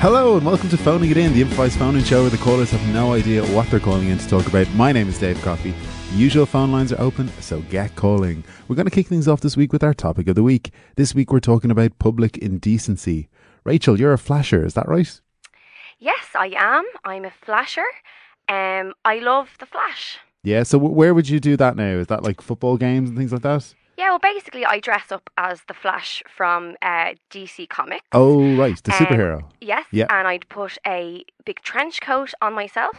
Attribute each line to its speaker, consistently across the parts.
Speaker 1: Hello and welcome to Phoning It In, the improvised phone in show where the callers have no idea what they're calling in to talk about. My name is Dave Coffey. The usual phone lines are open, so get calling. We're going to kick things off this week with our topic of the week. This week we're talking about public indecency. Rachel, you're a flasher, is that right?
Speaker 2: Yes, I am. I'm a flasher. Um, I love the flash.
Speaker 1: Yeah, so w- where would you do that now? Is that like football games and things like that?
Speaker 2: Yeah, well, basically, I dress up as the Flash from uh, DC Comics.
Speaker 1: Oh, right, the
Speaker 2: Um,
Speaker 1: superhero.
Speaker 2: Yes,
Speaker 1: Yeah.
Speaker 2: and I'd put a big trench coat on myself,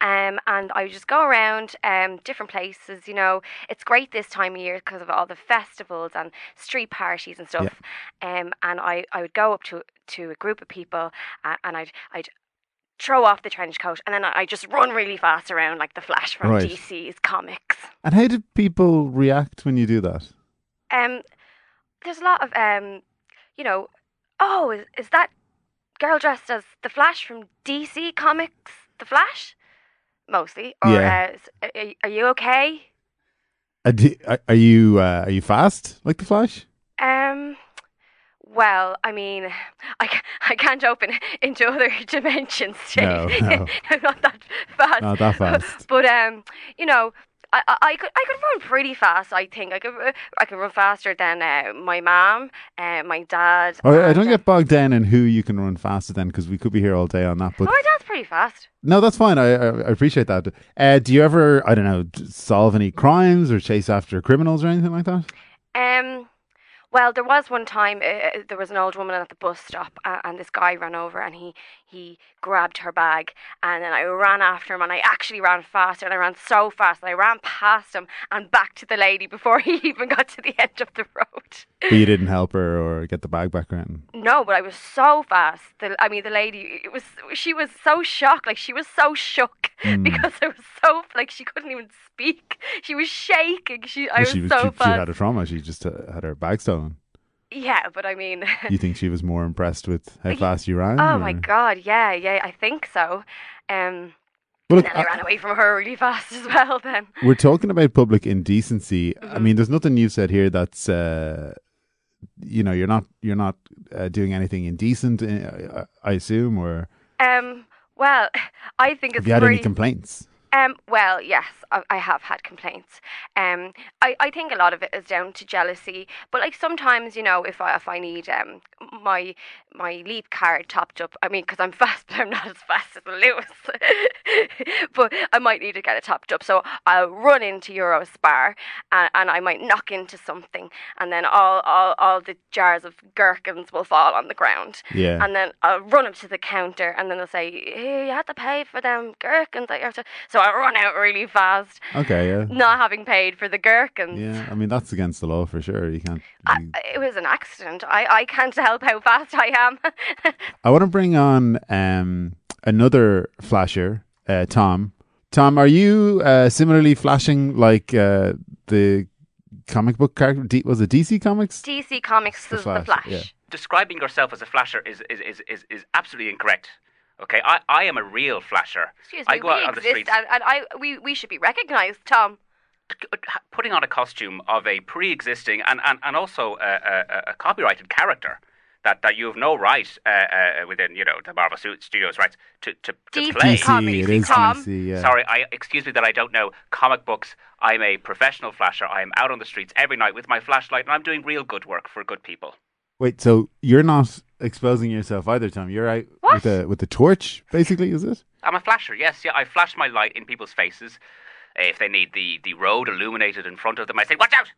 Speaker 2: um, and I would just go around um, different places. You know, it's great this time of year because of all the festivals and street parties and stuff. Um, and I, I would go up to to a group of people, uh, and I'd I'd throw off the trench coat, and then I I'd just run really fast around like the Flash from
Speaker 1: Right.
Speaker 2: DC's comics.
Speaker 1: And how did people react when you do that?
Speaker 2: um, there's a lot of um, you know, oh, is, is that girl dressed as the Flash from DC Comics, the Flash, mostly? Or
Speaker 1: Yeah.
Speaker 2: uh, is- are- are, are you okay?
Speaker 1: Uh, do- Are, are you uh, are you fast like the Flash?
Speaker 2: Um, well, I mean, I, ca- I can't open into other dimensions. Jay.
Speaker 1: No, no.
Speaker 2: I'm not that fast.
Speaker 1: Not that fast.
Speaker 2: But um, you know, I, I, I could I could run pretty fast. I think I could uh, I could run faster than uh, my mom, uh, my dad.
Speaker 1: All right, Oh, I
Speaker 2: and,
Speaker 1: don't
Speaker 2: uh,
Speaker 1: get bogged down in who you can run faster than because we could be here all day on that.
Speaker 2: Oh,
Speaker 1: But
Speaker 2: my dad's pretty fast.
Speaker 1: no, that's fine. I, I, I appreciate that. Uh, do you ever, I don't know, d- solve any crimes or chase after criminals or anything like that?
Speaker 2: Um, well, there was one time uh, there was an old woman at the bus stop, uh, and this guy ran over and he he grabbed her bag, and then I ran after him, and I actually ran faster, and I ran so fast, and I ran past him and back to the lady before he even got to the end of the road.
Speaker 1: But you didn't help her or get the bag back or anything.
Speaker 2: No, but I was so fast. The, I mean, the lady it was she was so shocked, like she was so shook
Speaker 1: Mm.
Speaker 2: because I was so like she couldn't even speak. She was shaking. She I
Speaker 1: Well,
Speaker 2: was,
Speaker 1: she, was-
Speaker 2: so
Speaker 1: she, she
Speaker 2: fast.
Speaker 1: had a trauma. She just uh, had her bag stolen.
Speaker 2: Yeah, but I mean.
Speaker 1: You think she was more impressed with how
Speaker 2: Ye-
Speaker 1: fast you ran?
Speaker 2: Oh my
Speaker 1: or-
Speaker 2: god, yeah, yeah, I think so. Um,
Speaker 1: Well,
Speaker 2: and
Speaker 1: look,
Speaker 2: then I,
Speaker 1: I-
Speaker 2: ran away from her really fast as well. Then
Speaker 1: We're talking about public indecency. I
Speaker 2: Mm-hmm.
Speaker 1: mean, there's nothing you've said here that's, uh, you know, you're not you're not uh, doing anything indecent. uh, I I assume, or
Speaker 2: um, well, I think it's
Speaker 1: have you had
Speaker 2: really
Speaker 1: any complaints?
Speaker 2: um, well, yes, I, I have had complaints. Um, I, I think a lot of it is down to jealousy, but like sometimes you know if I if I need um my my leap card topped up, I mean because I'm fast, but I'm not as fast as Lewis, but I might need to get it topped up, so I'll run into Eurospar and, and I might knock into something, and then all all all the jars of gherkins will fall on the ground.
Speaker 1: Yeah.
Speaker 2: And then I'll run up to the counter and then they'll say, hey, you had to pay for them gherkins. That you have to... So I run out really fast,
Speaker 1: okay, yeah,
Speaker 2: not having paid for the gherkins.
Speaker 1: yeah. I mean, that's against the law for sure. You can't. you-
Speaker 2: It was an accident. I, I can't help how fast I am.
Speaker 1: I want to bring on um, another flasher, uh, Tom. Tom, are you uh, similarly flashing like uh, the comic book character? D- was it DC Comics?
Speaker 2: DC Comics
Speaker 1: The
Speaker 2: is the
Speaker 1: Flash,
Speaker 2: Flash.
Speaker 1: yeah.
Speaker 3: describing yourself as a flasher is is, is, is, is absolutely incorrect. Okay, I, I am a real flasher.
Speaker 2: Excuse
Speaker 3: I
Speaker 2: me,
Speaker 3: go
Speaker 2: we
Speaker 3: out on the
Speaker 2: exist
Speaker 3: streets
Speaker 2: and, and I, we, we should be recognised, Tom.
Speaker 3: putting on a costume of a pre existing and, and, and also a, a, a copyrighted character. That, that you have no right uh, uh, within you know the Marvel Su- Studios rights to to, to
Speaker 2: DC
Speaker 3: play.
Speaker 2: Comics. Comedy,
Speaker 1: it is
Speaker 2: Tom.
Speaker 1: DC. Yeah.
Speaker 3: Sorry, I excuse me that I don't know comic books. I'm a professional flasher. I am out on the streets every night with my flashlight, and I'm doing real good work for good people.
Speaker 1: Wait, so you're not exposing yourself either, Tom? You're out
Speaker 2: What?
Speaker 1: with a with a torch, basically, is it?
Speaker 3: I'm a flasher, yes, yeah. I flash my light in people's faces. Uh, If they need the, the road illuminated in front of them, I say, Watch out!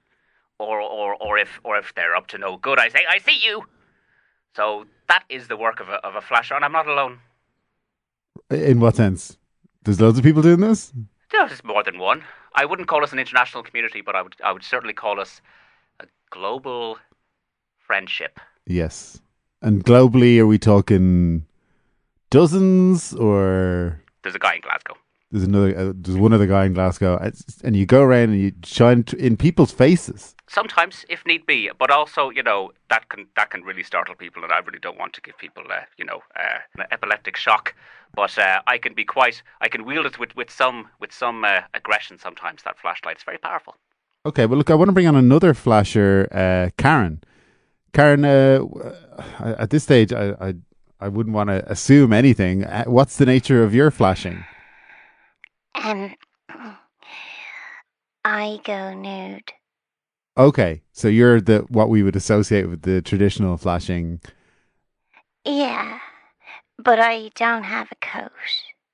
Speaker 3: Or, or, or, if, or if they're up to no good, I say, I see you! So that is the work of a, of a flasher, and I'm not alone.
Speaker 1: In what sense? There's loads of people doing this.
Speaker 3: There's more than one. I wouldn't call us an international community, but I would, I would certainly call us a global friendship.
Speaker 1: Yes. And globally, are we talking dozens or?
Speaker 3: There's a guy in Glasgow.
Speaker 1: There's another. Uh, there's one other guy in Glasgow, It's- and you go around and you shine t- in people's faces.
Speaker 3: Sometimes, if need be, but also, you know, that can that can really startle people, and I really don't want to give people, uh, you know, uh, an epileptic shock. But uh, I can be quite, I can wield it with, with some with some uh, aggression sometimes. That flashlight, it's very powerful.
Speaker 1: Okay, well, look, I want to bring on another flasher, uh, Karen. Karen, uh, w- uh, at this stage, I, I I wouldn't want to assume anything. Uh, What's the nature of your flashing?
Speaker 4: Um, I go nude.
Speaker 1: Okay, so you're the what we would associate with the traditional flashing.
Speaker 4: Yeah, but I don't have a coat.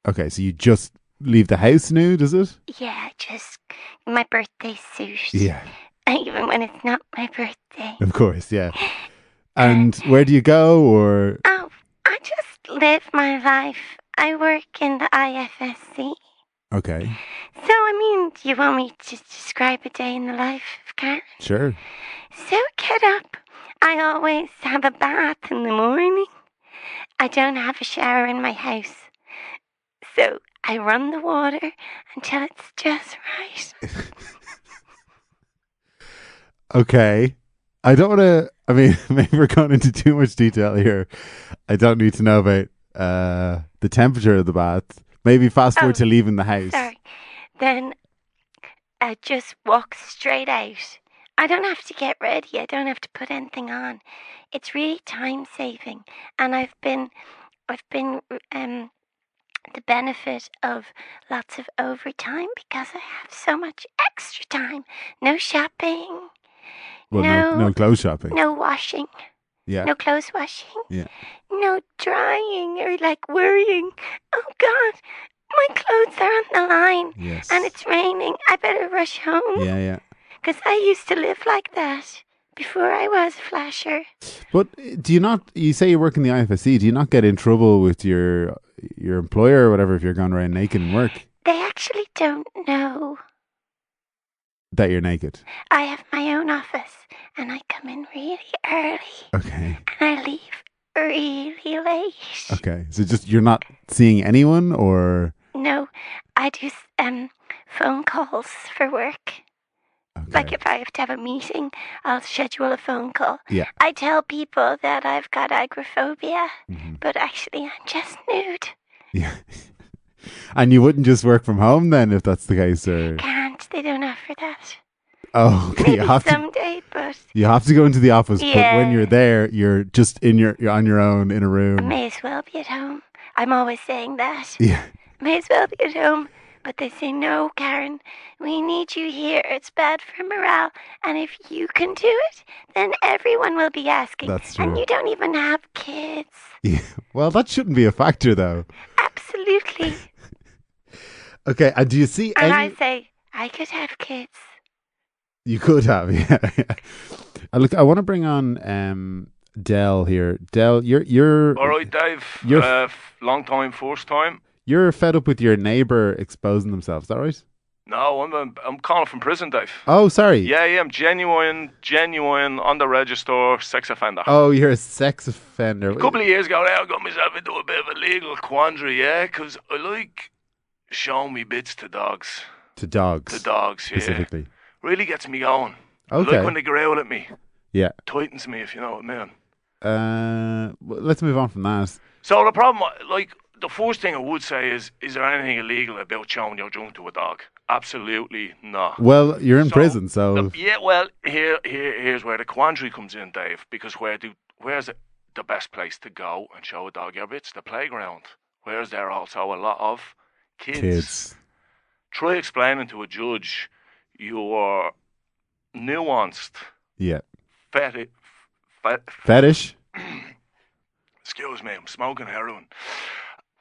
Speaker 1: Okay, so you just leave the house nude, is it?
Speaker 4: Yeah, just my birthday suit.
Speaker 1: Yeah,
Speaker 4: Even when it's not my birthday.
Speaker 1: of course, yeah. And where do you go, or
Speaker 4: Oh, I just live my life. I work in the IFSC.
Speaker 1: okay,
Speaker 4: So, I mean, do you want me to describe a day in the life of Karen?
Speaker 1: sure,
Speaker 4: So, get up. I always have a bath in the morning. I don't have a shower in my house. So, I run the water until it's just right.
Speaker 1: okay. I don't want to. I mean, maybe we're going into too much detail here. I don't need to know about uh, the temperature of the bath. Maybe fast forward
Speaker 4: Oh,
Speaker 1: to leaving the house.
Speaker 4: Sorry. Then I just walk straight out. I don't have to get ready. I don't have to put anything on. It's really time saving, and I've been, I've been um, the benefit of lots of overtime because I have so much extra time. No shopping,
Speaker 1: Well, no, no,
Speaker 4: No.
Speaker 1: clothes shopping.
Speaker 4: no washing,
Speaker 1: yeah.
Speaker 4: no clothes washing,
Speaker 1: Yeah.
Speaker 4: no drying or like worrying. Oh God, my clothes are on the line.
Speaker 1: Yes.
Speaker 4: And it's raining. I better rush home.
Speaker 1: yeah, yeah.
Speaker 4: Because I used to live like that before I was a flasher.
Speaker 1: But uh, do you not? You say you work in the IFSC. Do you not get in trouble with your your employer or whatever if you're going around naked and work
Speaker 4: They actually don't know.
Speaker 1: that you're naked?
Speaker 4: I have my own office and I come in really early
Speaker 1: Okay,
Speaker 4: and I leave really late.
Speaker 1: okay. So just you're not seeing anyone, or
Speaker 4: No, I do s- um phone calls for work.
Speaker 1: okay.
Speaker 4: Like if I have to have a meeting, I'll schedule a phone call.
Speaker 1: Yeah.
Speaker 4: I tell people that I've got agoraphobia,
Speaker 1: Mhm.
Speaker 4: but actually I'm just nude.
Speaker 1: yeah. and you wouldn't just work from home then if that's the case, or
Speaker 4: Can't. They don't offer that.
Speaker 1: oh, okay.
Speaker 4: Maybe
Speaker 1: You have to
Speaker 4: someday, but
Speaker 1: you have to go into the office, but when
Speaker 4: Yeah.
Speaker 1: you're there, you're just in your you're on your own in a room.
Speaker 4: I may as well be at home. I'm always saying that.
Speaker 1: Yeah.
Speaker 4: May as well be at home. But they say, no, Karen, we need you here. It's bad for morale. And if you can do it, then everyone will be asking.
Speaker 1: That's true.
Speaker 4: And you don't even have kids.
Speaker 1: yeah. Well, that shouldn't be a factor though.
Speaker 4: Absolutely.
Speaker 1: Okay. And do you see any?
Speaker 4: And I say, I could have kids.
Speaker 1: You could have, yeah. yeah. Uh, Look, I want to bring on um, Dell here. Dell, you're you're
Speaker 5: All right, Dave.
Speaker 1: You're-
Speaker 5: Uh, f- long time, first time.
Speaker 1: you're fed up with your neighbor exposing themselves. Is that right?
Speaker 5: No, I'm i I'm calling from prison, Dave.
Speaker 1: Oh, sorry.
Speaker 5: Yeah, yeah, I'm genuine, genuine on the register sex offender.
Speaker 1: Oh, you're a sex offender.
Speaker 5: a couple of years ago, now, I got myself into a bit of a legal quandary, yeah, 'cause I like showing me bits to dogs,
Speaker 1: to dogs
Speaker 5: to dogs. Yeah,
Speaker 1: specifically.
Speaker 5: really gets me going. I
Speaker 1: Okay.
Speaker 5: like when they growl at me,
Speaker 1: yeah.
Speaker 5: tightens me, if you know what I mean.
Speaker 1: Uh, well, let's move on from that.
Speaker 5: So the problem, like the first thing I would say is, is there anything illegal about showing your junk to a dog? Absolutely not.
Speaker 1: Well, you're in
Speaker 5: So,
Speaker 1: prison, so
Speaker 5: The- yeah, well, here, here, here's where the quandary comes in, Dave. Because where do, where's the, the best place to go and show a dog your bits? The playground. Where's there also a lot of kids?
Speaker 1: kids.
Speaker 5: Try explaining to a judge your nuanced
Speaker 1: Yeah.
Speaker 5: feti- fet-
Speaker 1: Fetish
Speaker 5: Excuse me, I'm smoking heroin.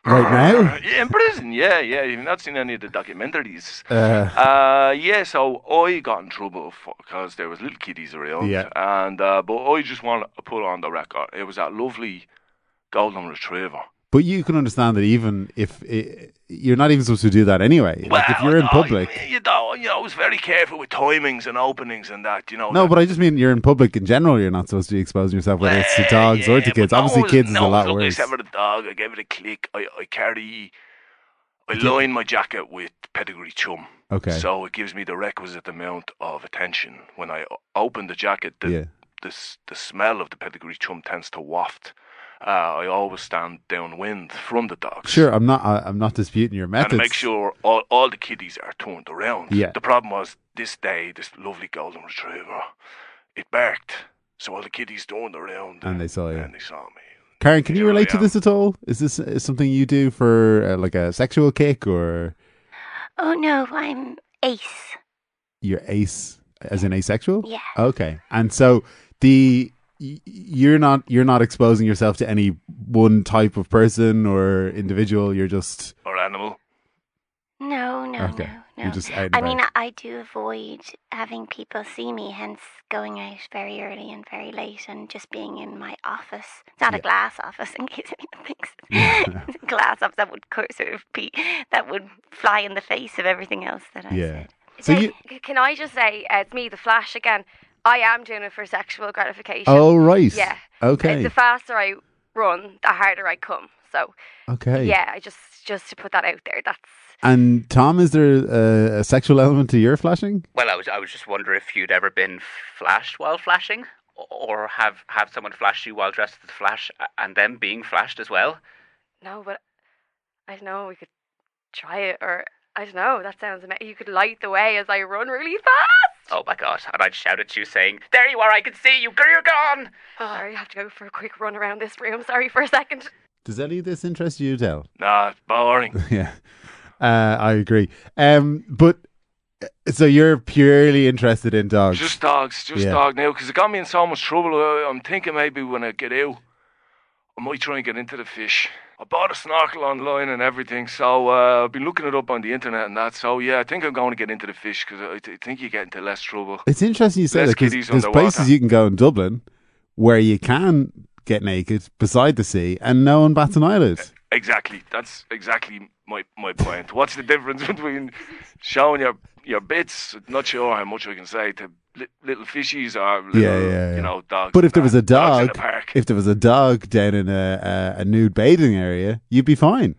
Speaker 1: right
Speaker 5: Yeah, in prison. Yeah, yeah. You've not seen any of the documentaries.
Speaker 1: now. Uh,
Speaker 5: Uh, yeah, so I got in trouble because there was little kiddies around.
Speaker 1: Yeah.
Speaker 5: And, uh, but I just want to put on the record, it was that lovely golden retriever.
Speaker 1: but you can understand that even if it, you're not even supposed to do that anyway. like if you're in
Speaker 5: I-
Speaker 1: public.
Speaker 5: you know, you know, I was very careful with timings and openings and that, you know.
Speaker 1: No,
Speaker 5: that-
Speaker 1: but I just mean you're in public in general. You're not supposed to be exposing yourself, whether it's to dogs or
Speaker 5: Yeah,
Speaker 1: to kids.
Speaker 5: but no
Speaker 1: Obviously,
Speaker 5: one's-
Speaker 1: kids is
Speaker 5: no
Speaker 1: a
Speaker 5: one's
Speaker 1: lot
Speaker 5: looking
Speaker 1: worse.
Speaker 5: Except for the dog, I gave it a click. I, I carry, I line my jacket with pedigree chum.
Speaker 1: Okay.
Speaker 5: So it gives me the requisite amount of attention. When I o- open the jacket, the,
Speaker 1: Yeah.
Speaker 5: the, s- the smell of the pedigree chum tends to waft. Uh, I always stand downwind from the dogs.
Speaker 1: Sure, I'm not. I, I'm not disputing your
Speaker 5: And
Speaker 1: methods.
Speaker 5: I make sure all, all the kiddies are turned around.
Speaker 1: Yeah.
Speaker 5: The problem was this day, this lovely golden retriever, it barked. So all the kiddies turned around
Speaker 1: And they saw you.
Speaker 5: And they saw me.
Speaker 1: Karen, can you
Speaker 5: Here I
Speaker 1: relate to
Speaker 5: am.
Speaker 1: this at all? Is this uh, something you do for uh, like a sexual kick or
Speaker 4: Oh no, I'm ace.
Speaker 1: your ace as an asexual?
Speaker 4: Yeah.
Speaker 1: Okay. And so the y- you're not you're not exposing yourself to any one type of person or individual. You're just
Speaker 5: or animal.
Speaker 4: No, no,
Speaker 1: Okay.
Speaker 4: no, no.
Speaker 1: you're just out and
Speaker 4: I mean,
Speaker 1: about.
Speaker 4: I, I do avoid having people see me, hence going out very early and very late and just being in my office. It's not
Speaker 1: Yeah.
Speaker 4: a glass office, in case anyone thinks. it's a glass office that would co- sort of be, that would fly in the face of everything else that I
Speaker 1: yeah.
Speaker 4: said.
Speaker 1: So
Speaker 2: Say-
Speaker 1: you
Speaker 2: c- can I just say uh, it's me, the Flash again. I am doing it for sexual gratification.
Speaker 1: Oh right.
Speaker 2: Yeah. Uh,
Speaker 1: Okay.
Speaker 2: The faster I run, the harder I come. So
Speaker 1: okay.
Speaker 2: yeah, I just just to put that out there. That's
Speaker 1: And Tom, is there a, a sexual element to your flashing?
Speaker 3: Well, I was I was just wondering if you'd ever been flashed while flashing, o- or have have someone flash you while dressed as the Flash, a- and them being flashed as well.
Speaker 2: no, but I don't know. We could try it, or I don't know. That sounds amazing. You could light the way as I run really fast.
Speaker 3: Oh my God! And I'd shout at you saying, "There you are! I can see you! You're gone!"
Speaker 2: Sorry, I have to go for a quick run around this room. Sorry for a second.
Speaker 1: Does any of this interest you, Del?
Speaker 5: Nah, it's boring.
Speaker 1: yeah, uh, I agree. Um, but uh, so you're purely interested in dogs.
Speaker 5: Just dogs, just
Speaker 1: Yeah.
Speaker 5: dog now, because it got me in so much trouble. Uh, I'm thinking maybe when I get out, I might try and get into the fish. I bought a snorkel online and everything, so uh, I've been looking it up on the internet and that. So yeah, I think I'm going to get into the fish because I, I think you get into less trouble.
Speaker 1: it's interesting you say
Speaker 5: Less
Speaker 1: that because
Speaker 5: kiddies
Speaker 1: there's
Speaker 5: underwater.
Speaker 1: places you can go in Dublin where you can get naked beside the sea and no one bats an eyelid.
Speaker 5: Uh, Exactly, that's exactly my my point. What's the difference between showing your your bits? Not sure how much we can say to li- little fishies or little,
Speaker 1: Yeah, yeah, yeah.
Speaker 5: you know dogs.
Speaker 1: But
Speaker 5: and
Speaker 1: if there
Speaker 5: that.
Speaker 1: was a
Speaker 5: Dogs in
Speaker 1: dog,
Speaker 5: the park.
Speaker 1: if there was a dog down in a, a, a nude bathing area, you'd be fine.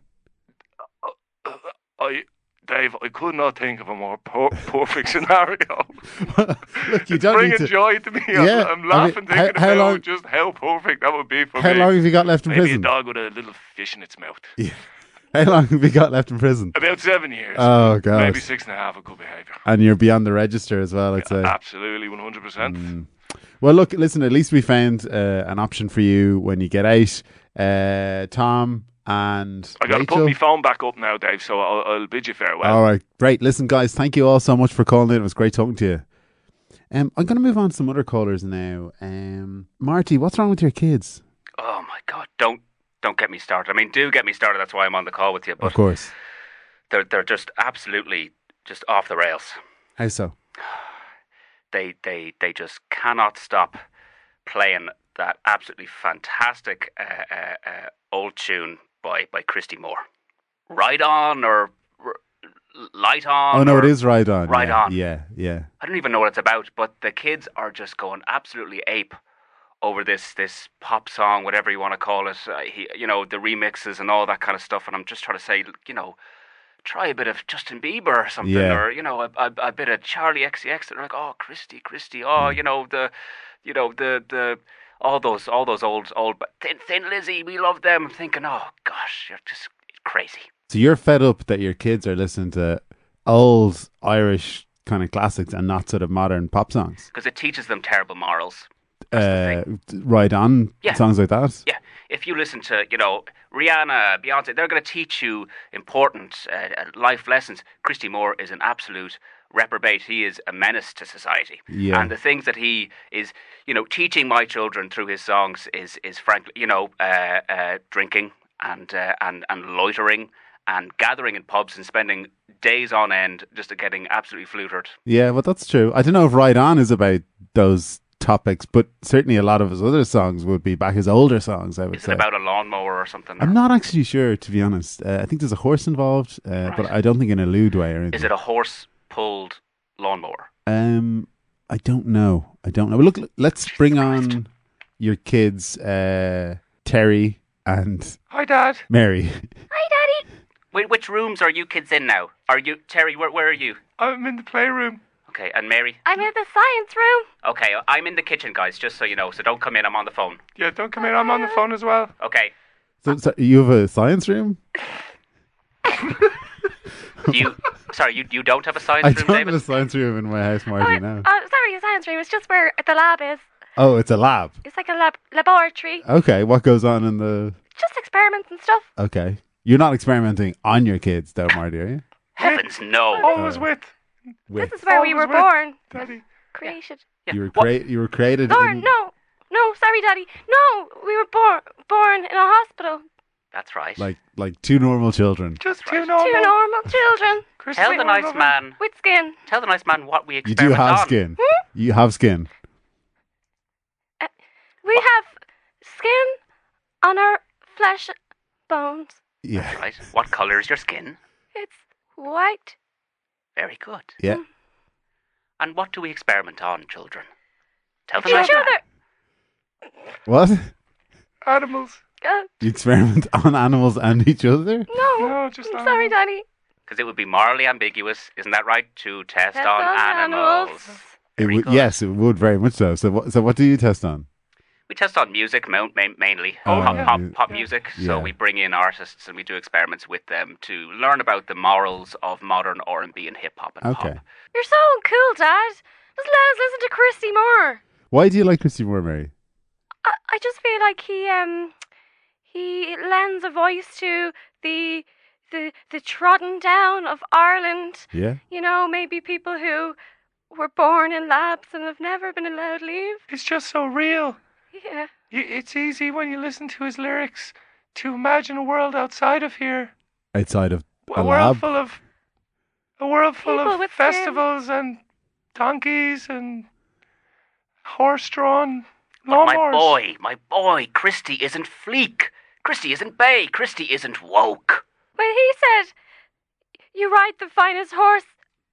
Speaker 5: I, Dave, I could not think of a more per- perfect scenario.
Speaker 1: Look, you
Speaker 5: it's
Speaker 1: don't
Speaker 5: bringing
Speaker 1: need to.
Speaker 5: joy to me. I'm,
Speaker 1: Yeah, I
Speaker 5: I'm
Speaker 1: mean,
Speaker 5: laughing
Speaker 1: how-
Speaker 5: thinking
Speaker 1: how
Speaker 5: about
Speaker 1: long-
Speaker 5: just how perfect that would be for
Speaker 1: How
Speaker 5: me.
Speaker 1: long have you got left in
Speaker 5: Maybe a
Speaker 1: prison?
Speaker 5: dog with a little fish in its mouth.
Speaker 1: How long have you got left in prison?
Speaker 5: About seven years.
Speaker 1: Oh god!
Speaker 5: Maybe six and a half of good behaviour.
Speaker 1: and you're beyond the register as well. I'd say.
Speaker 5: Absolutely, 100%.
Speaker 1: Uh, Mm. Well, look, listen. At least we found uh, an option for you when you get out, uh, Tom and
Speaker 5: I got to
Speaker 1: Rachel. Oh.
Speaker 5: put my phone back up now, Dave, so I'll, I'll bid you farewell.
Speaker 1: all right, great. Listen, guys, thank you all so much for calling in. It was great talking to you. Um, I'm going to move on to some other callers now. Um, Marty, what's wrong with your kids?
Speaker 3: Oh my God! Don't don't get me started. I mean, do get me started. That's why I'm on the call with you. But
Speaker 1: Of course.
Speaker 3: they're they're just absolutely just off the rails.
Speaker 1: How so?
Speaker 3: They they they just cannot stop playing that absolutely fantastic uh, uh, uh, old tune by by Christy Moore. Right on or r- light on.
Speaker 1: Mm. oh no, it
Speaker 3: or-
Speaker 1: is right on.
Speaker 3: Right
Speaker 1: yeah,
Speaker 3: on.
Speaker 1: Yeah, yeah.
Speaker 3: I don't even know what it's about, but the kids are just going absolutely ape over this this pop song, whatever you want to call it. Uh, he, you know, the remixes and all that kind of stuff. And I'm just trying to say, you know, try a bit of Justin Bieber or something,
Speaker 1: Yeah.
Speaker 3: or you know, a, a, a bit of Charlie XCX. They're like, oh, Christy, Christy, oh, you know the, you know the the. All those, all those old, old, but thin, thin Lizzy, we love them. I'm thinking, oh gosh, you're just crazy.
Speaker 1: So you're fed up that your kids are listening to old Irish kind of classics and not sort of modern pop songs.
Speaker 3: because it teaches them terrible morals.
Speaker 1: Uh, right on
Speaker 3: Yeah.
Speaker 1: songs like that.
Speaker 3: Yeah, if you listen to, you know, Rihanna, Beyonce, they're going to teach you important uh, uh, life lessons. Christy Moore is an absolute reprobate. He is a menace to society.
Speaker 1: Yeah.
Speaker 3: And the things that he is, you know, teaching my children through his songs is, is frankly, you know, uh, uh, drinking and, uh, and, and loitering and gathering in pubs and spending days on end just getting absolutely flutered.
Speaker 1: Yeah, well, that's true. I don't know if Right On is about those topics, but certainly a lot of his other songs would be back his older songs, I would
Speaker 3: Is
Speaker 1: say.
Speaker 3: it about a lawnmower or something?
Speaker 1: I'm not actually sure, to be honest. Uh, I think there's a horse involved, uh, but I don't think in a lewd way or anything.
Speaker 3: Is it a horse pulled lawnmower?
Speaker 1: um, I don't know. I don't know. But look, let's bring on your kids, uh, Terry and
Speaker 5: Hi, Dad.
Speaker 1: Mary.
Speaker 3: Wait, which rooms are you kids in now? Are you Terry? Where, where are you?
Speaker 5: I'm in the playroom.
Speaker 3: Okay, and Mary.
Speaker 2: I'm in the science room.
Speaker 3: Okay, I'm in the kitchen, guys. Just so you know, so don't come in. I'm on the phone.
Speaker 5: Yeah, don't come in. I'm on the phone as well.
Speaker 3: Okay,
Speaker 1: So, so you have a science room?
Speaker 3: you. sorry, you you don't have a science
Speaker 1: I
Speaker 3: room,
Speaker 1: don't have
Speaker 3: David.
Speaker 1: a science room in my house,
Speaker 2: Oh,
Speaker 1: Marty. No.
Speaker 2: uh, sorry, the science room. It's just where the lab is.
Speaker 1: Oh, it's a lab.
Speaker 2: It's like a lab- laboratory,
Speaker 1: Okay, what goes on in the?
Speaker 2: just experiments and stuff.
Speaker 1: Okay, you're not experimenting on your kids, though, Marty, are you?
Speaker 3: Heavens
Speaker 1: Uh,
Speaker 3: no.
Speaker 5: Always with
Speaker 1: With
Speaker 2: Oh, This is where we
Speaker 5: Always
Speaker 2: were
Speaker 5: with
Speaker 2: born,
Speaker 5: Daddy.
Speaker 2: created.
Speaker 3: Yeah,
Speaker 1: you were
Speaker 3: what-
Speaker 1: create you were created.
Speaker 2: Lauren,
Speaker 1: in-
Speaker 2: no, no, sorry, Daddy, no, we were born born in a hospital.
Speaker 3: That's right.
Speaker 1: Like like two normal children.
Speaker 5: Just
Speaker 3: Right.
Speaker 5: two normal.
Speaker 2: Two normal children
Speaker 5: Christmas
Speaker 3: Tell the nice
Speaker 5: loving-
Speaker 3: man.
Speaker 2: with skin.
Speaker 3: Tell the nice man what we
Speaker 1: You
Speaker 3: experiment
Speaker 1: do have
Speaker 3: on.
Speaker 1: skin. You have skin.
Speaker 2: We have skin on our flesh bones.
Speaker 1: Yeah,
Speaker 3: Right. What colour is your skin?
Speaker 2: It's white.
Speaker 3: Very good.
Speaker 1: yeah.
Speaker 3: And what do we experiment on, children? Tell the
Speaker 2: Each
Speaker 3: nice man.
Speaker 2: other.
Speaker 1: What?
Speaker 5: Animals.
Speaker 2: Uh,
Speaker 1: You experiment on animals and each other?
Speaker 2: no,
Speaker 5: No, just
Speaker 2: I'm sorry,
Speaker 5: animals.
Speaker 2: Daddy.
Speaker 3: Because it would be morally ambiguous, isn't that right? To test
Speaker 2: That's
Speaker 3: on
Speaker 2: all
Speaker 3: animals.
Speaker 1: It
Speaker 3: Very
Speaker 1: would,
Speaker 3: good.
Speaker 1: yes, it would very much so. So what? So what do you test on?
Speaker 3: We test on music mo- ma- mainly,
Speaker 1: Oh,
Speaker 3: pop,
Speaker 1: yeah.
Speaker 3: pop,
Speaker 1: Yeah.
Speaker 3: pop music.
Speaker 1: Yeah.
Speaker 3: So we bring in artists and we do experiments with them to learn about the morals of modern R and B and hip hop and
Speaker 1: Okay.
Speaker 3: pop.
Speaker 2: You're so cool, Dad. Just let us listen to Christy Moore.
Speaker 1: Why do you like Christy Moore, Mary?
Speaker 2: I, I just feel like he um he lends a voice to the the the trodden down of Ireland.
Speaker 1: Yeah.
Speaker 2: You know, maybe people who were born in labs and have never been allowed to leave.
Speaker 5: It's just so real.
Speaker 2: Yeah.
Speaker 5: You, it's easy when you listen to his lyrics to imagine a world outside of here.
Speaker 1: Outside of a
Speaker 5: A world
Speaker 1: lab.
Speaker 5: full of a world full
Speaker 2: People
Speaker 5: of
Speaker 2: with skin.
Speaker 5: festivals and donkeys and horse-drawn
Speaker 3: But my
Speaker 5: lawnmowers.
Speaker 3: boy, my boy, Christy isn't fleek. Christy isn't bay. Christy isn't woke.
Speaker 2: When he said, "You ride the finest horse,"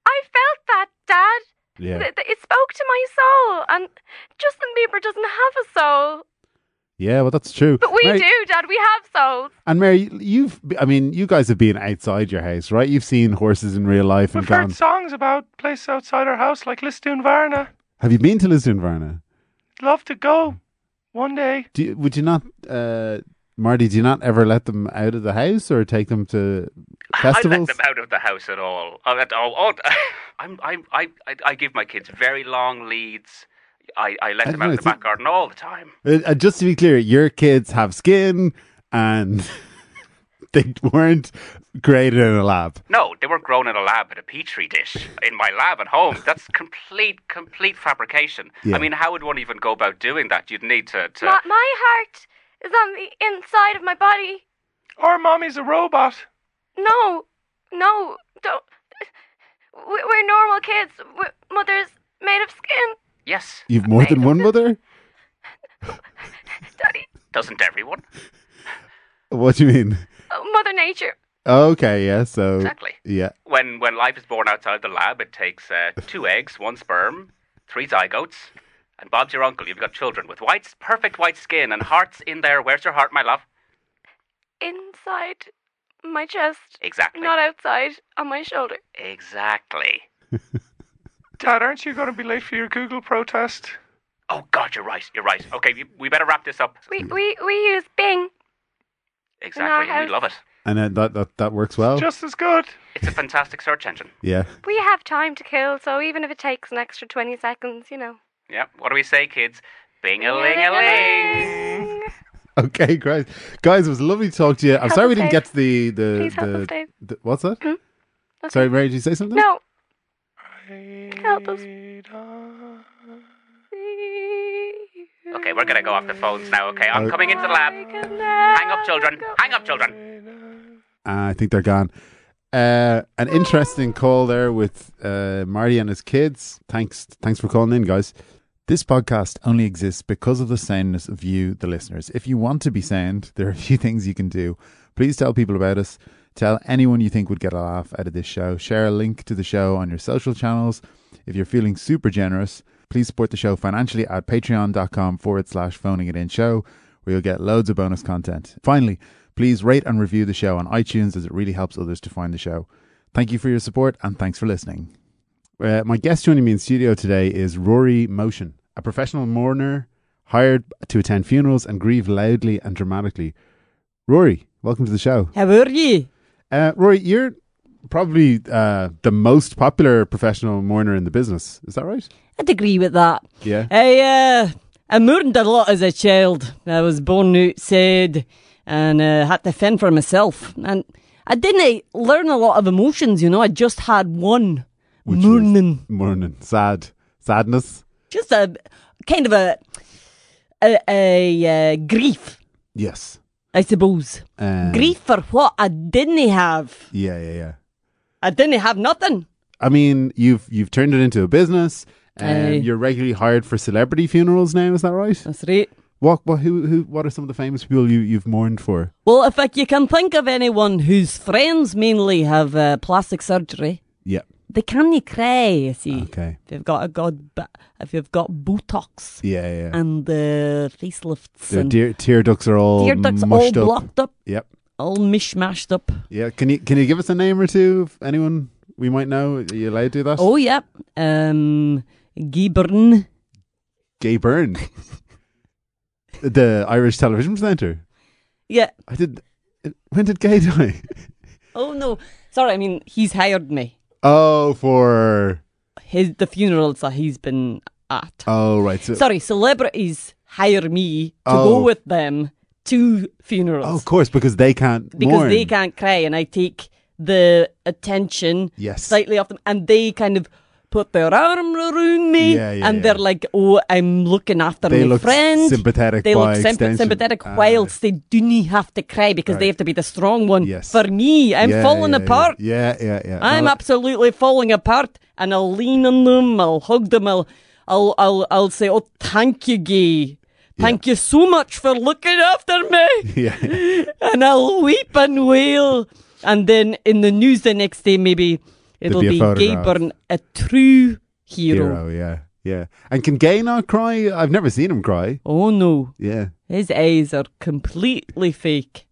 Speaker 2: I felt that, Dad.
Speaker 1: Yeah.
Speaker 2: Th- th- It spoke to my soul, and Justin Bieber doesn't have a soul,
Speaker 1: Yeah. Well, that's true.
Speaker 2: but we
Speaker 1: Mary-
Speaker 2: do, Dad. We have souls.
Speaker 1: And Mary, you've, I mean, you guys have been outside your house, right? You've seen horses in real life and
Speaker 5: We've
Speaker 1: gone.
Speaker 5: heard songs about places outside our house like Listoon Varna.
Speaker 1: Have you been to Lisbon, Varna?
Speaker 5: Love to go one day.
Speaker 1: Do you, would you not, uh, Marty, do you not ever let them out of the house or take them to
Speaker 3: I let
Speaker 1: festivals?
Speaker 3: them out of the house at all. I let oh, oh, I'm, I, I, I, I give my kids very long leads. I, I let
Speaker 1: I
Speaker 3: them
Speaker 1: dunno,
Speaker 3: out
Speaker 1: I
Speaker 3: of the
Speaker 1: think-
Speaker 3: back garden all the time.
Speaker 1: Uh, uh, just to be clear, your kids have skin and they weren't created in a lab.
Speaker 3: No, they were grown in a lab in a petri dish in my lab at home. That's complete, complete fabrication.
Speaker 1: Yeah.
Speaker 3: I mean, how would one even go about doing that? You'd need to. to...
Speaker 2: My, my heart is on the inside of my body.
Speaker 5: Our mommy's a robot.
Speaker 2: No, no, don't. We- We're normal kids. We're mothers made of skin.
Speaker 3: Yes,
Speaker 1: You've more than one mother?
Speaker 2: Daddy,
Speaker 3: doesn't everyone?
Speaker 1: What do you mean?
Speaker 2: oh, Mother Nature.
Speaker 1: Okay, yeah, so.
Speaker 3: Exactly.
Speaker 1: Yeah.
Speaker 3: When when life is born outside the lab, it takes uh, two eggs, one sperm, three zygotes, and Bob's your uncle. You've got children with whites, perfect white skin and hearts in there. Where's your heart, my love?
Speaker 2: Inside my chest,
Speaker 3: Exactly.
Speaker 2: not outside on my shoulder.
Speaker 3: Exactly.
Speaker 5: Dad, aren't you going to be late for your Google protest?
Speaker 3: Oh God, you're right. You're right. Okay, we, we better wrap this up.
Speaker 2: We, we, we use Bing.
Speaker 3: Exactly. and
Speaker 2: house-
Speaker 3: We love it.
Speaker 1: And then that, that, that works well?
Speaker 5: Just as good.
Speaker 3: It's a fantastic search engine.
Speaker 1: yeah.
Speaker 2: We have time to kill, so even if it takes an extra 20 seconds, you know.
Speaker 3: Yeah. What do we say, kids? Bing a ling a ling.
Speaker 1: Okay, great. Guys, it was lovely to talk to you. I'm
Speaker 2: Help
Speaker 1: sorry we
Speaker 2: us,
Speaker 1: didn't
Speaker 2: Dave.
Speaker 1: get to the the,
Speaker 2: Please help us,
Speaker 1: the,
Speaker 2: Dave.
Speaker 1: the what's that?
Speaker 3: Hmm?
Speaker 1: Sorry, Mary, did you say something?
Speaker 2: No. Help us.
Speaker 5: Help
Speaker 3: Okay, we're gonna go off the phones now. Okay, I'm
Speaker 1: Oh.
Speaker 3: coming into the lab. Hang up, children. Hang up, children.
Speaker 1: Uh, I think they're gone. Uh, an interesting call there with uh, Marty and his kids. Thanks, thanks for calling in, guys. This podcast only exists because of the soundness of you, the listeners. If you want to be sound, there are a few things you can do. Please tell people about us. Tell anyone you think would get a laugh out of this show. Share a link to the show on your social channels. If you're feeling super generous, please support the show financially at patreon.com forward slash phoning it in show, where you'll get loads of bonus content. Finally, please rate and review the show on iTunes as it really helps others to find the show. Thank you for your support and thanks for listening. Uh, my guest joining me in studio today is Rory Motion, a professional mourner hired to attend funerals and grieve loudly and dramatically. Rory, welcome to the show.
Speaker 6: How are you?
Speaker 1: Uh, Rory, you're probably uh, the most popular professional mourner in the business. Is that right?
Speaker 6: I'd agree with that.
Speaker 1: Yeah.
Speaker 6: I uh, I mourned a lot as a child. I was born outside and uh, had to fend for myself. And I didn't learn a lot of emotions, you know. I just had one
Speaker 1: Which was
Speaker 6: mourning.
Speaker 1: Mourning. Sad. Sadness.
Speaker 6: Just a kind of a, a, a uh, grief,
Speaker 1: Yes.
Speaker 6: I suppose.
Speaker 1: Um,
Speaker 6: grief for what I didn't have.
Speaker 1: Yeah, yeah, yeah.
Speaker 6: I didn't have nothing.
Speaker 1: I mean, you've you've turned it into a business. and
Speaker 6: Aye.
Speaker 1: you're regularly hired for celebrity funerals now. Is that right?
Speaker 6: That's right.
Speaker 1: What? What? Who? Who? What are some of the famous people you you've mourned for?
Speaker 6: Well, if like, you can think of anyone whose friends mainly have uh, plastic surgery,
Speaker 1: Yeah.
Speaker 6: they can't cry, you see.
Speaker 1: Ah, Okay.
Speaker 6: If you've got a god, but if you've got Botox
Speaker 1: Yeah, yeah. yeah.
Speaker 6: and uh, facelifts
Speaker 1: Their
Speaker 6: and
Speaker 1: dear, tear ducts are all
Speaker 6: tear ducts all
Speaker 1: mushed up.
Speaker 6: blocked up,
Speaker 1: Yep.
Speaker 6: all mishmashed up.
Speaker 1: Yeah. Can you can you give us a name or two of anyone we might know? Are you allowed to do that?
Speaker 6: Oh, yeah. Um, Guy Burton.
Speaker 1: Gay Byrne, the Irish television presenter.
Speaker 6: Yeah.
Speaker 1: I did. When did Gay die?
Speaker 6: Oh, no. Sorry, I mean, he's hired me.
Speaker 1: Oh, for
Speaker 6: His The funerals that he's been at.
Speaker 1: oh right. So,
Speaker 6: Sorry, celebrities hire me to
Speaker 1: Oh.
Speaker 6: go with them to funerals.
Speaker 1: oh, of course, because they can't.
Speaker 6: because
Speaker 1: mourn.
Speaker 6: they can't cry and I take the attention
Speaker 1: Yes.
Speaker 6: slightly off them and they kind of put their arm around me
Speaker 1: Yeah, yeah,
Speaker 6: and
Speaker 1: yeah.
Speaker 6: they're like, Oh, I'm looking after
Speaker 1: They
Speaker 6: my
Speaker 1: look
Speaker 6: friend.
Speaker 1: sympathetic
Speaker 6: They
Speaker 1: by
Speaker 6: look
Speaker 1: extension.
Speaker 6: sympathetic
Speaker 1: Ah.
Speaker 6: whilst they do not have to cry because
Speaker 1: Right.
Speaker 6: they have to be the strong one
Speaker 1: Yes.
Speaker 6: for me. I'm
Speaker 1: Yeah,
Speaker 6: falling
Speaker 1: yeah, Uh-huh. yeah.
Speaker 6: apart.
Speaker 1: Yeah, yeah, yeah.
Speaker 6: I'm
Speaker 1: No,
Speaker 6: absolutely falling apart and I'll lean on them, I'll hug them, I'll I'll I'll, I'll say, Oh thank you, Gay. Thank you so much for looking after me
Speaker 1: Yeah.
Speaker 6: and I'll weep and wail. And then in the news the next day, maybe it'll
Speaker 1: be a
Speaker 6: be, Gay
Speaker 1: photograph.
Speaker 6: Byrne, a true
Speaker 1: Hero,
Speaker 6: hero.
Speaker 1: yeah. Yeah. And can Gay not cry? I've never seen him cry.
Speaker 6: Oh no,
Speaker 1: Yeah.
Speaker 6: his eyes are completely fake.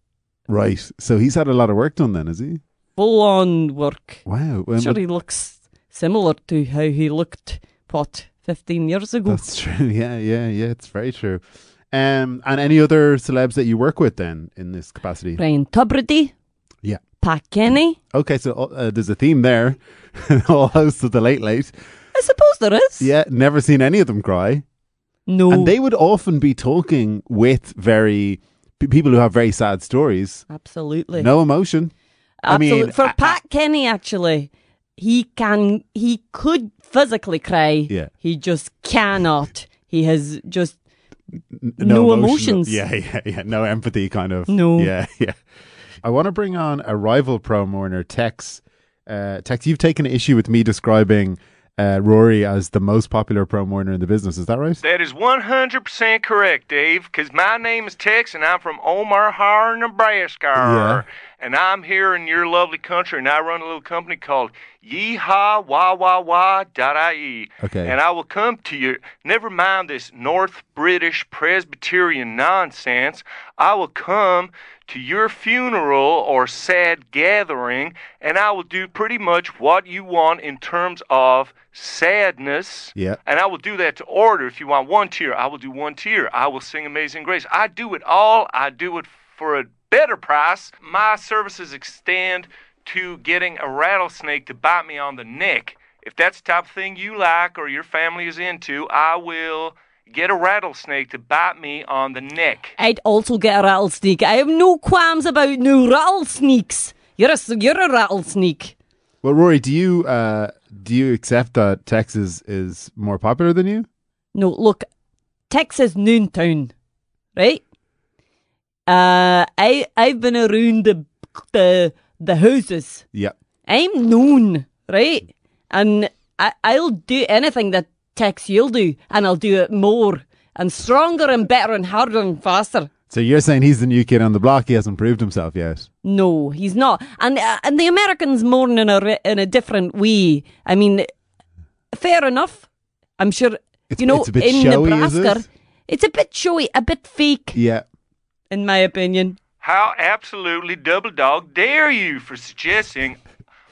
Speaker 1: Right. So he's had a lot of work done then, has he?
Speaker 6: Full on work.
Speaker 1: Wow. Well,
Speaker 6: sure, he looks similar to how he looked, what, 15 years ago?
Speaker 1: That's true. Yeah, yeah, yeah. It's very true. Um, and any other celebs that you work with then in this capacity?
Speaker 6: Brian Tubridy,
Speaker 1: Yeah.
Speaker 6: Pat Kenny.
Speaker 1: Okay, so uh, there's a theme there. All hosts of the late late.
Speaker 6: I suppose there is.
Speaker 1: Yeah, never seen any of them cry.
Speaker 6: No.
Speaker 1: And they would often be talking with very p- people who have very sad stories.
Speaker 6: Absolutely.
Speaker 1: No emotion. I mean,
Speaker 6: Absolutely. For
Speaker 1: I- I-
Speaker 6: Pat Kenny, actually, he can, he could physically cry.
Speaker 1: Yeah.
Speaker 6: He just cannot. he has just
Speaker 1: N-
Speaker 6: No
Speaker 1: emotion.
Speaker 6: emotions.
Speaker 1: Yeah, yeah, yeah. No empathy, kind of.
Speaker 6: No.
Speaker 1: Yeah, yeah. I want to bring on a rival pro mourner, Tex. Uh, Tex, you've taken issue with me describing uh, Rory as the most popular pro mourner in the business. Is that right?
Speaker 5: That is 100% correct, Dave, because my name is Tex and I'm from Omaha, Nebraska. And I'm here in your lovely country and I run a little company called Yeehaw Wah Wah Wah dot IE.
Speaker 1: Okay.
Speaker 5: And I will come to you. Never mind this North British Presbyterian nonsense. I will come to your funeral or sad gathering and I will do pretty much what you want in terms of sadness.
Speaker 1: Yeah.
Speaker 5: And I will do that to order. If you want one tier, I will do one tier. I will sing Amazing Grace. I do it all. I do it for a better price. My services extend to getting a rattlesnake to bite me on the neck. If that's the type of thing you like or your family is into, I will get a rattlesnake to bite me on the neck.
Speaker 6: I'd also get a rattlesnake. I have no qualms about no rattlesnakes. You're a, s- you're a rattlesnake.
Speaker 1: Well, Rory, do you uh, do you accept that Tex is, is more popular than you?
Speaker 6: No, look, Texas Noontown, right? Uh, I, I've been around the, the, the houses.
Speaker 1: Yeah.
Speaker 6: I'm known, right? And I, I'll do anything that Tex you'll do, and I'll do it more and stronger and better and harder and faster.
Speaker 1: So you're saying he's the new kid on the block. He hasn't proved himself yet.
Speaker 6: No, he's not. And uh, and the Americans mourn in a ri- in a different way. I mean, fair enough. I'm sure
Speaker 1: It's-
Speaker 6: you know
Speaker 1: it's a bit
Speaker 6: in
Speaker 1: showy, is
Speaker 6: Nebraska,
Speaker 1: it?
Speaker 6: it's a bit showy, a bit fake,
Speaker 1: Yeah.
Speaker 6: in my opinion.
Speaker 5: How absolutely double dog dare you for suggesting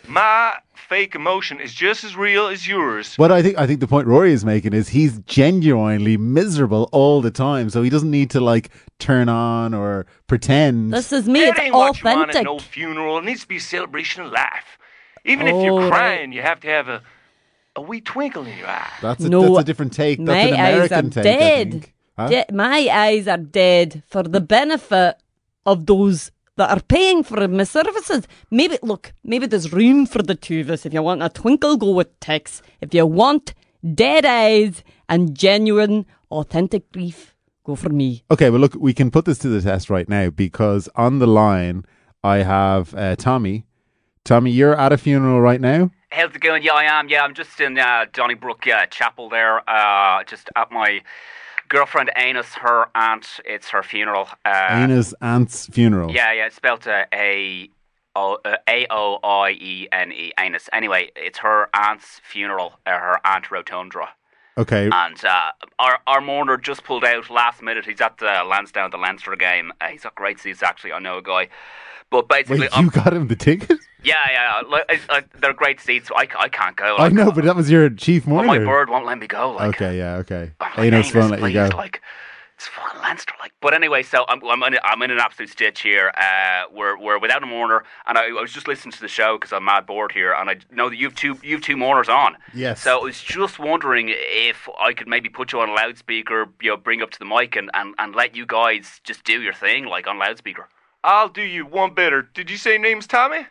Speaker 5: my fake emotion is just as real as yours?
Speaker 1: What I think I think the point Rory is making is he's genuinely miserable all the time, so he doesn't need to like turn on or pretend.
Speaker 6: This is me.
Speaker 5: That
Speaker 6: It's
Speaker 5: ain't what you want at
Speaker 6: authentic.
Speaker 5: no funeral. It needs to be a celebration of life. Even if
Speaker 6: Oh,
Speaker 5: you're
Speaker 6: right.
Speaker 5: crying, you have to have a, a wee twinkle in your eye.
Speaker 1: That's a,
Speaker 6: No,
Speaker 1: that's a different take. That's an
Speaker 6: my eyes
Speaker 1: American
Speaker 6: are
Speaker 1: take. I
Speaker 6: dead.
Speaker 1: think. Huh?
Speaker 6: De- my eyes are dead for the benefit of those that are paying for my services. Maybe, look, maybe there's room for the two of us. If you want a twinkle, go with Tex. If you want dead eyes and genuine, authentic grief, go for me.
Speaker 1: Okay, well, look, we can put this to the test right now because on the line I have uh, Tommy. Tommy, you're at a funeral right now.
Speaker 3: How's it going? Yeah, I am. Yeah, I'm just in uh, Donnybrook uh, Chapel there, uh, just at my girlfriend Ana's, her aunt. It's her funeral. Uh,
Speaker 1: Ina's aunt's funeral.
Speaker 3: yeah, yeah, it's spelled uh, A O uh, A O I E N E, Anus. Anyway, it's her aunt's funeral, uh, her aunt Rotundra.
Speaker 1: Okay.
Speaker 3: And uh, our, our mourner just pulled out last minute. He's at the Lansdowne, the Leinster game. Uh, he's got great seats, actually. I know a guy. But basically,
Speaker 1: Wait,
Speaker 3: I'm-
Speaker 1: you got him the ticket?
Speaker 3: yeah, yeah, yeah. Like, it's, uh, they're great seats. I, I can't go.
Speaker 1: I
Speaker 3: like,
Speaker 1: know,
Speaker 3: uh,
Speaker 1: but that was your chief
Speaker 3: but
Speaker 1: mourner.
Speaker 3: my bird won't let me go. Like,
Speaker 1: okay, yeah, okay.
Speaker 3: I'm like,
Speaker 1: Ina's
Speaker 3: "Anus,
Speaker 1: won't let you go.
Speaker 3: please," Like, it's fucking Leinster. Like, but anyway, so I'm I'm in, I'm in an absolute stitch here. Uh, we're we're without a mourner, and I, I was just listening to the show because I'm mad bored here, and I know that you've two you've two mourners on.
Speaker 1: Yes.
Speaker 3: So I was just wondering if I could maybe put you on a loudspeaker, you know, bring up to the mic, and, and, and let you guys just do your thing, like on loudspeaker.
Speaker 5: I'll do you one better. Did you say your name's Tommy?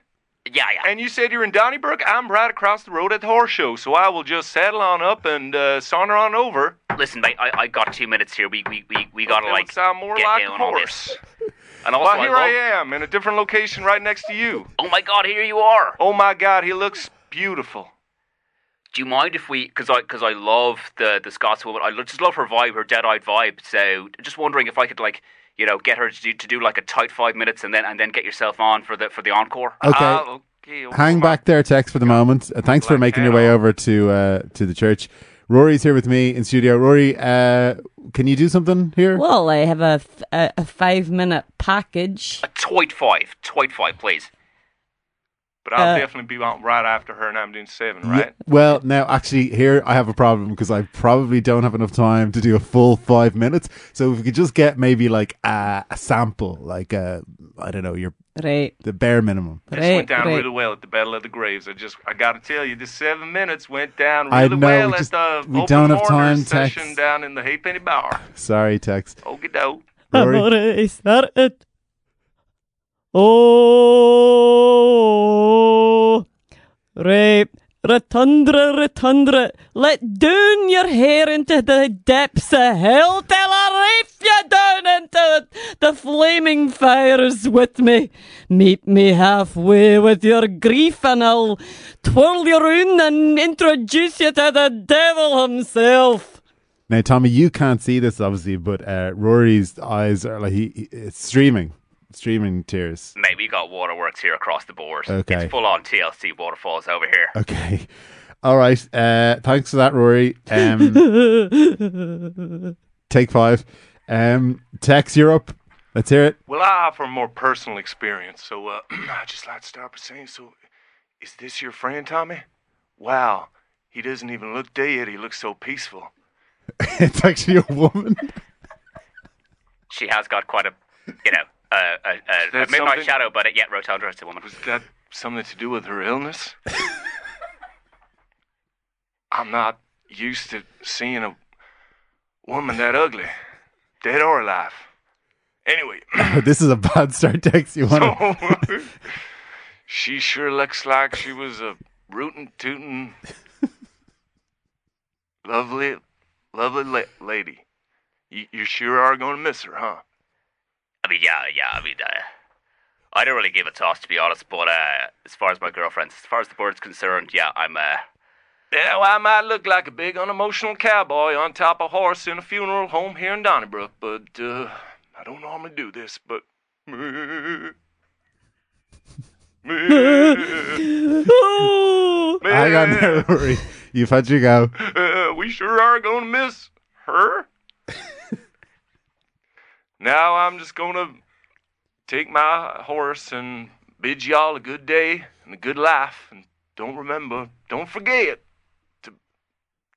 Speaker 3: Yeah, yeah.
Speaker 5: And you said you're in Donnybrook? I'm right across the road at the horse show, so I will just saddle on up and uh, saunter on over.
Speaker 3: Listen, mate, I, I got two minutes here. We we, we, we gotta
Speaker 5: That would
Speaker 3: like
Speaker 5: sound more
Speaker 3: get
Speaker 5: like
Speaker 3: down
Speaker 5: a
Speaker 3: on
Speaker 5: horse.
Speaker 3: this. And also,
Speaker 5: Well, here I
Speaker 3: love-
Speaker 5: am in a different location right next to you.
Speaker 3: Oh my God, here you are.
Speaker 5: Oh my God, he looks beautiful.
Speaker 3: do you mind if we because i because i love the the scots woman i lo- just love her vibe her dead-eyed vibe so just wondering if i could like you know get her to do, to do like a tight five minutes and then and then get yourself on for the for the encore Uh,
Speaker 1: Okay.
Speaker 5: Ah, okay, okay,
Speaker 1: Hang
Speaker 5: well,
Speaker 1: back there, Tex, for the moment. Uh, thanks for
Speaker 5: Black
Speaker 1: making your way
Speaker 5: Arrow.
Speaker 1: over to uh, to the church. Rory's here with me in studio. Rory, uh, can you do something here?
Speaker 6: Well, I have a, f- a, a five minute package.
Speaker 3: a tight five tight five please
Speaker 5: But I'll
Speaker 6: Uh,
Speaker 5: definitely be on right after her, and I'm doing seven,
Speaker 1: Yeah,
Speaker 5: right?
Speaker 1: well, now actually, here I have a problem because I probably don't have enough time to do a full five minutes. So if we could just get maybe like uh, a sample, like uh, I don't know, your
Speaker 6: Right,
Speaker 1: the bare minimum.
Speaker 5: This
Speaker 6: right,
Speaker 5: went down
Speaker 6: right.
Speaker 5: really well at the Battle of the Graves. I just, I gotta tell you, the seven minutes went down
Speaker 1: I
Speaker 5: really
Speaker 1: know,
Speaker 5: well
Speaker 1: we
Speaker 5: at
Speaker 1: just-
Speaker 5: the
Speaker 1: we
Speaker 5: open
Speaker 1: don't have
Speaker 5: mourners
Speaker 1: time, Tex.
Speaker 5: session down in the Halfpenny Bar.
Speaker 1: Sorry, Tex.
Speaker 5: Okie doke.
Speaker 6: I've
Speaker 1: Rory,
Speaker 6: already started. Oh, rape, rotundra, rotundra. Let down your hair into the depths of hell till I reef you down into the flaming fires with me. Meet me halfway with your grief, and I'll twirl you round and introduce you to the devil himself.
Speaker 1: now Tommy, you can't see this obviously, but uh, Rory's eyes are like he, he it's streaming, streaming tears.
Speaker 3: mate we got waterworks here across the board
Speaker 1: Okay.
Speaker 3: it's full on tlc waterfalls over here
Speaker 1: Okay. All right. Uh, thanks for that, Rory. Um, take five. Um, Tex Europe. Let's hear it.
Speaker 5: Well, I offer a more personal experience, so uh, I just like to start by saying, so is this your friend, Tommy? Wow, he doesn't even look dead. He looks so peaceful.
Speaker 1: It's actually a woman.
Speaker 3: she has got quite a you know a, a, a, a
Speaker 5: That's
Speaker 3: midnight
Speaker 5: something-
Speaker 3: shadow but uh, yet rotundra is a woman
Speaker 5: Was that something to do with her illness? I'm not used to seeing a woman that ugly, dead or alive. Anyway,
Speaker 1: Oh, this is a bad start, Tex. You want
Speaker 7: Oh,
Speaker 1: to?
Speaker 5: so she sure looks like she was a rootin' tootin' lovely, lovely la- lady. You, you sure are going to miss her, huh?
Speaker 3: I mean, yeah, yeah. I mean, uh, I don't really give a toss to be honest. But uh, as far as my girlfriend's, as far as the bird's concerned, yeah, I'm. Uh,
Speaker 5: Yeah, well, I might look like a big unemotional cowboy on top of a horse in a funeral home here in Donnybrook, but uh, I don't normally do this, but.
Speaker 6: Oh.
Speaker 1: Hang on there, Rory. You've had your go.
Speaker 5: Uh, we sure are going to miss her. now I'm just going to take my horse and bid y'all a good day and a good life. And don't remember, don't forget to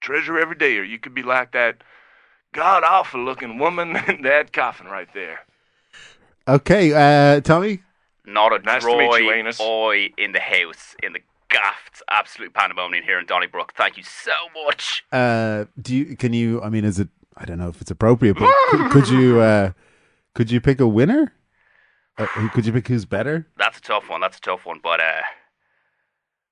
Speaker 5: treasure every day, or you could be like that god awful looking woman in that coffin right there.
Speaker 1: Okay, uh, Tommy.
Speaker 3: not a
Speaker 5: Nice to meet you,
Speaker 3: dry
Speaker 5: Anus.
Speaker 3: oi in the house in the gaff. Absolute pandemonium here in Donnybrook. Thank you so much.
Speaker 1: Uh, do you? Can you? I mean, is it? I don't know if it's appropriate, but could, could you uh, could you pick a winner? Uh, who- could you pick who's better?
Speaker 3: That's a tough one. That's a tough one. But uh,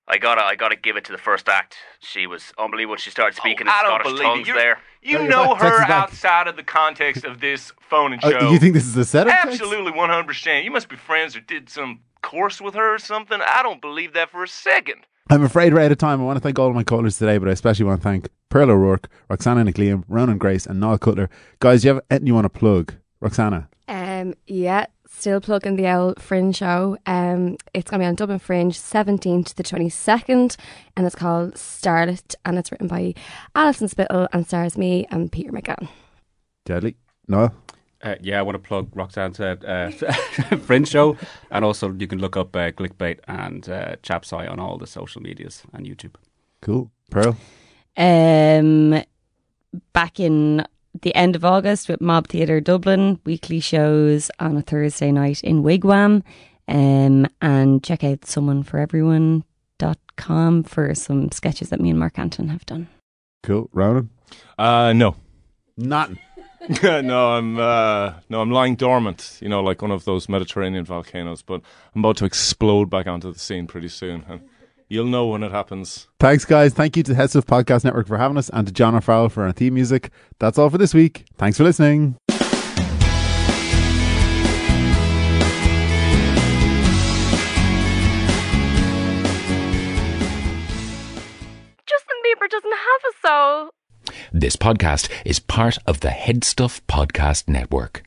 Speaker 3: I gotta, I gotta give it to the first act. She was unbelievable. She started
Speaker 5: Oh,
Speaker 3: speaking in
Speaker 7: Oh, I don't
Speaker 3: Scottish
Speaker 7: believe it.
Speaker 3: tongues
Speaker 7: You're-
Speaker 3: there.
Speaker 7: You
Speaker 1: No, you're
Speaker 7: know
Speaker 1: back. Text
Speaker 7: her
Speaker 1: is back.
Speaker 7: outside of the context of this phone and
Speaker 1: Uh,
Speaker 7: show.
Speaker 1: you think this is a setup? text?
Speaker 7: Absolutely, 100%. You must be friends or did some course with her or something. I don't believe that for a second.
Speaker 1: I'm afraid we're out of time. I want to thank all of my callers today, but I especially want to thank Pearl O'Rourke, Roxana McLean, Ronan Grace, and Niall Cutler. Guys, do you have anything you want to plug? Roxana.
Speaker 2: Um, yeah, still plugging the Owl Fringe show. Um, it's going to be on Dublin Fringe, 17th to the 22nd, and it's called Starlet, and it's written by Alison Spittle and stars me and Peter McGann.
Speaker 1: Deadly. Niall.
Speaker 8: Uh, yeah, I want to plug Roxanne's uh, uh, Fringe show, and also you can look up uh, Clickbait and uh, Chap's Eye on all the social medias and YouTube.
Speaker 1: Cool. Pearl.
Speaker 6: Um, back in the end of August with Mob Theatre Dublin, weekly shows on a Thursday night in Wigwam. Um, and check out someoneforeveryone.com for some sketches that me and Mark Anton have done.
Speaker 1: Cool. Ronan.
Speaker 5: Uh, no.
Speaker 1: Nothing.
Speaker 5: no, I'm uh, no, I'm lying dormant. You know, like one of those Mediterranean volcanoes. But I'm about to explode back onto the scene pretty soon, and you'll know when it happens.
Speaker 1: Thanks, guys. Thank you to the Heads of Podcast Network for having us and to John O'Farrell for our theme music. That's all for this week. Thanks for listening.
Speaker 9: Justin Bieber doesn't have a soul.
Speaker 10: This podcast is part of the Headstuff Podcast Network.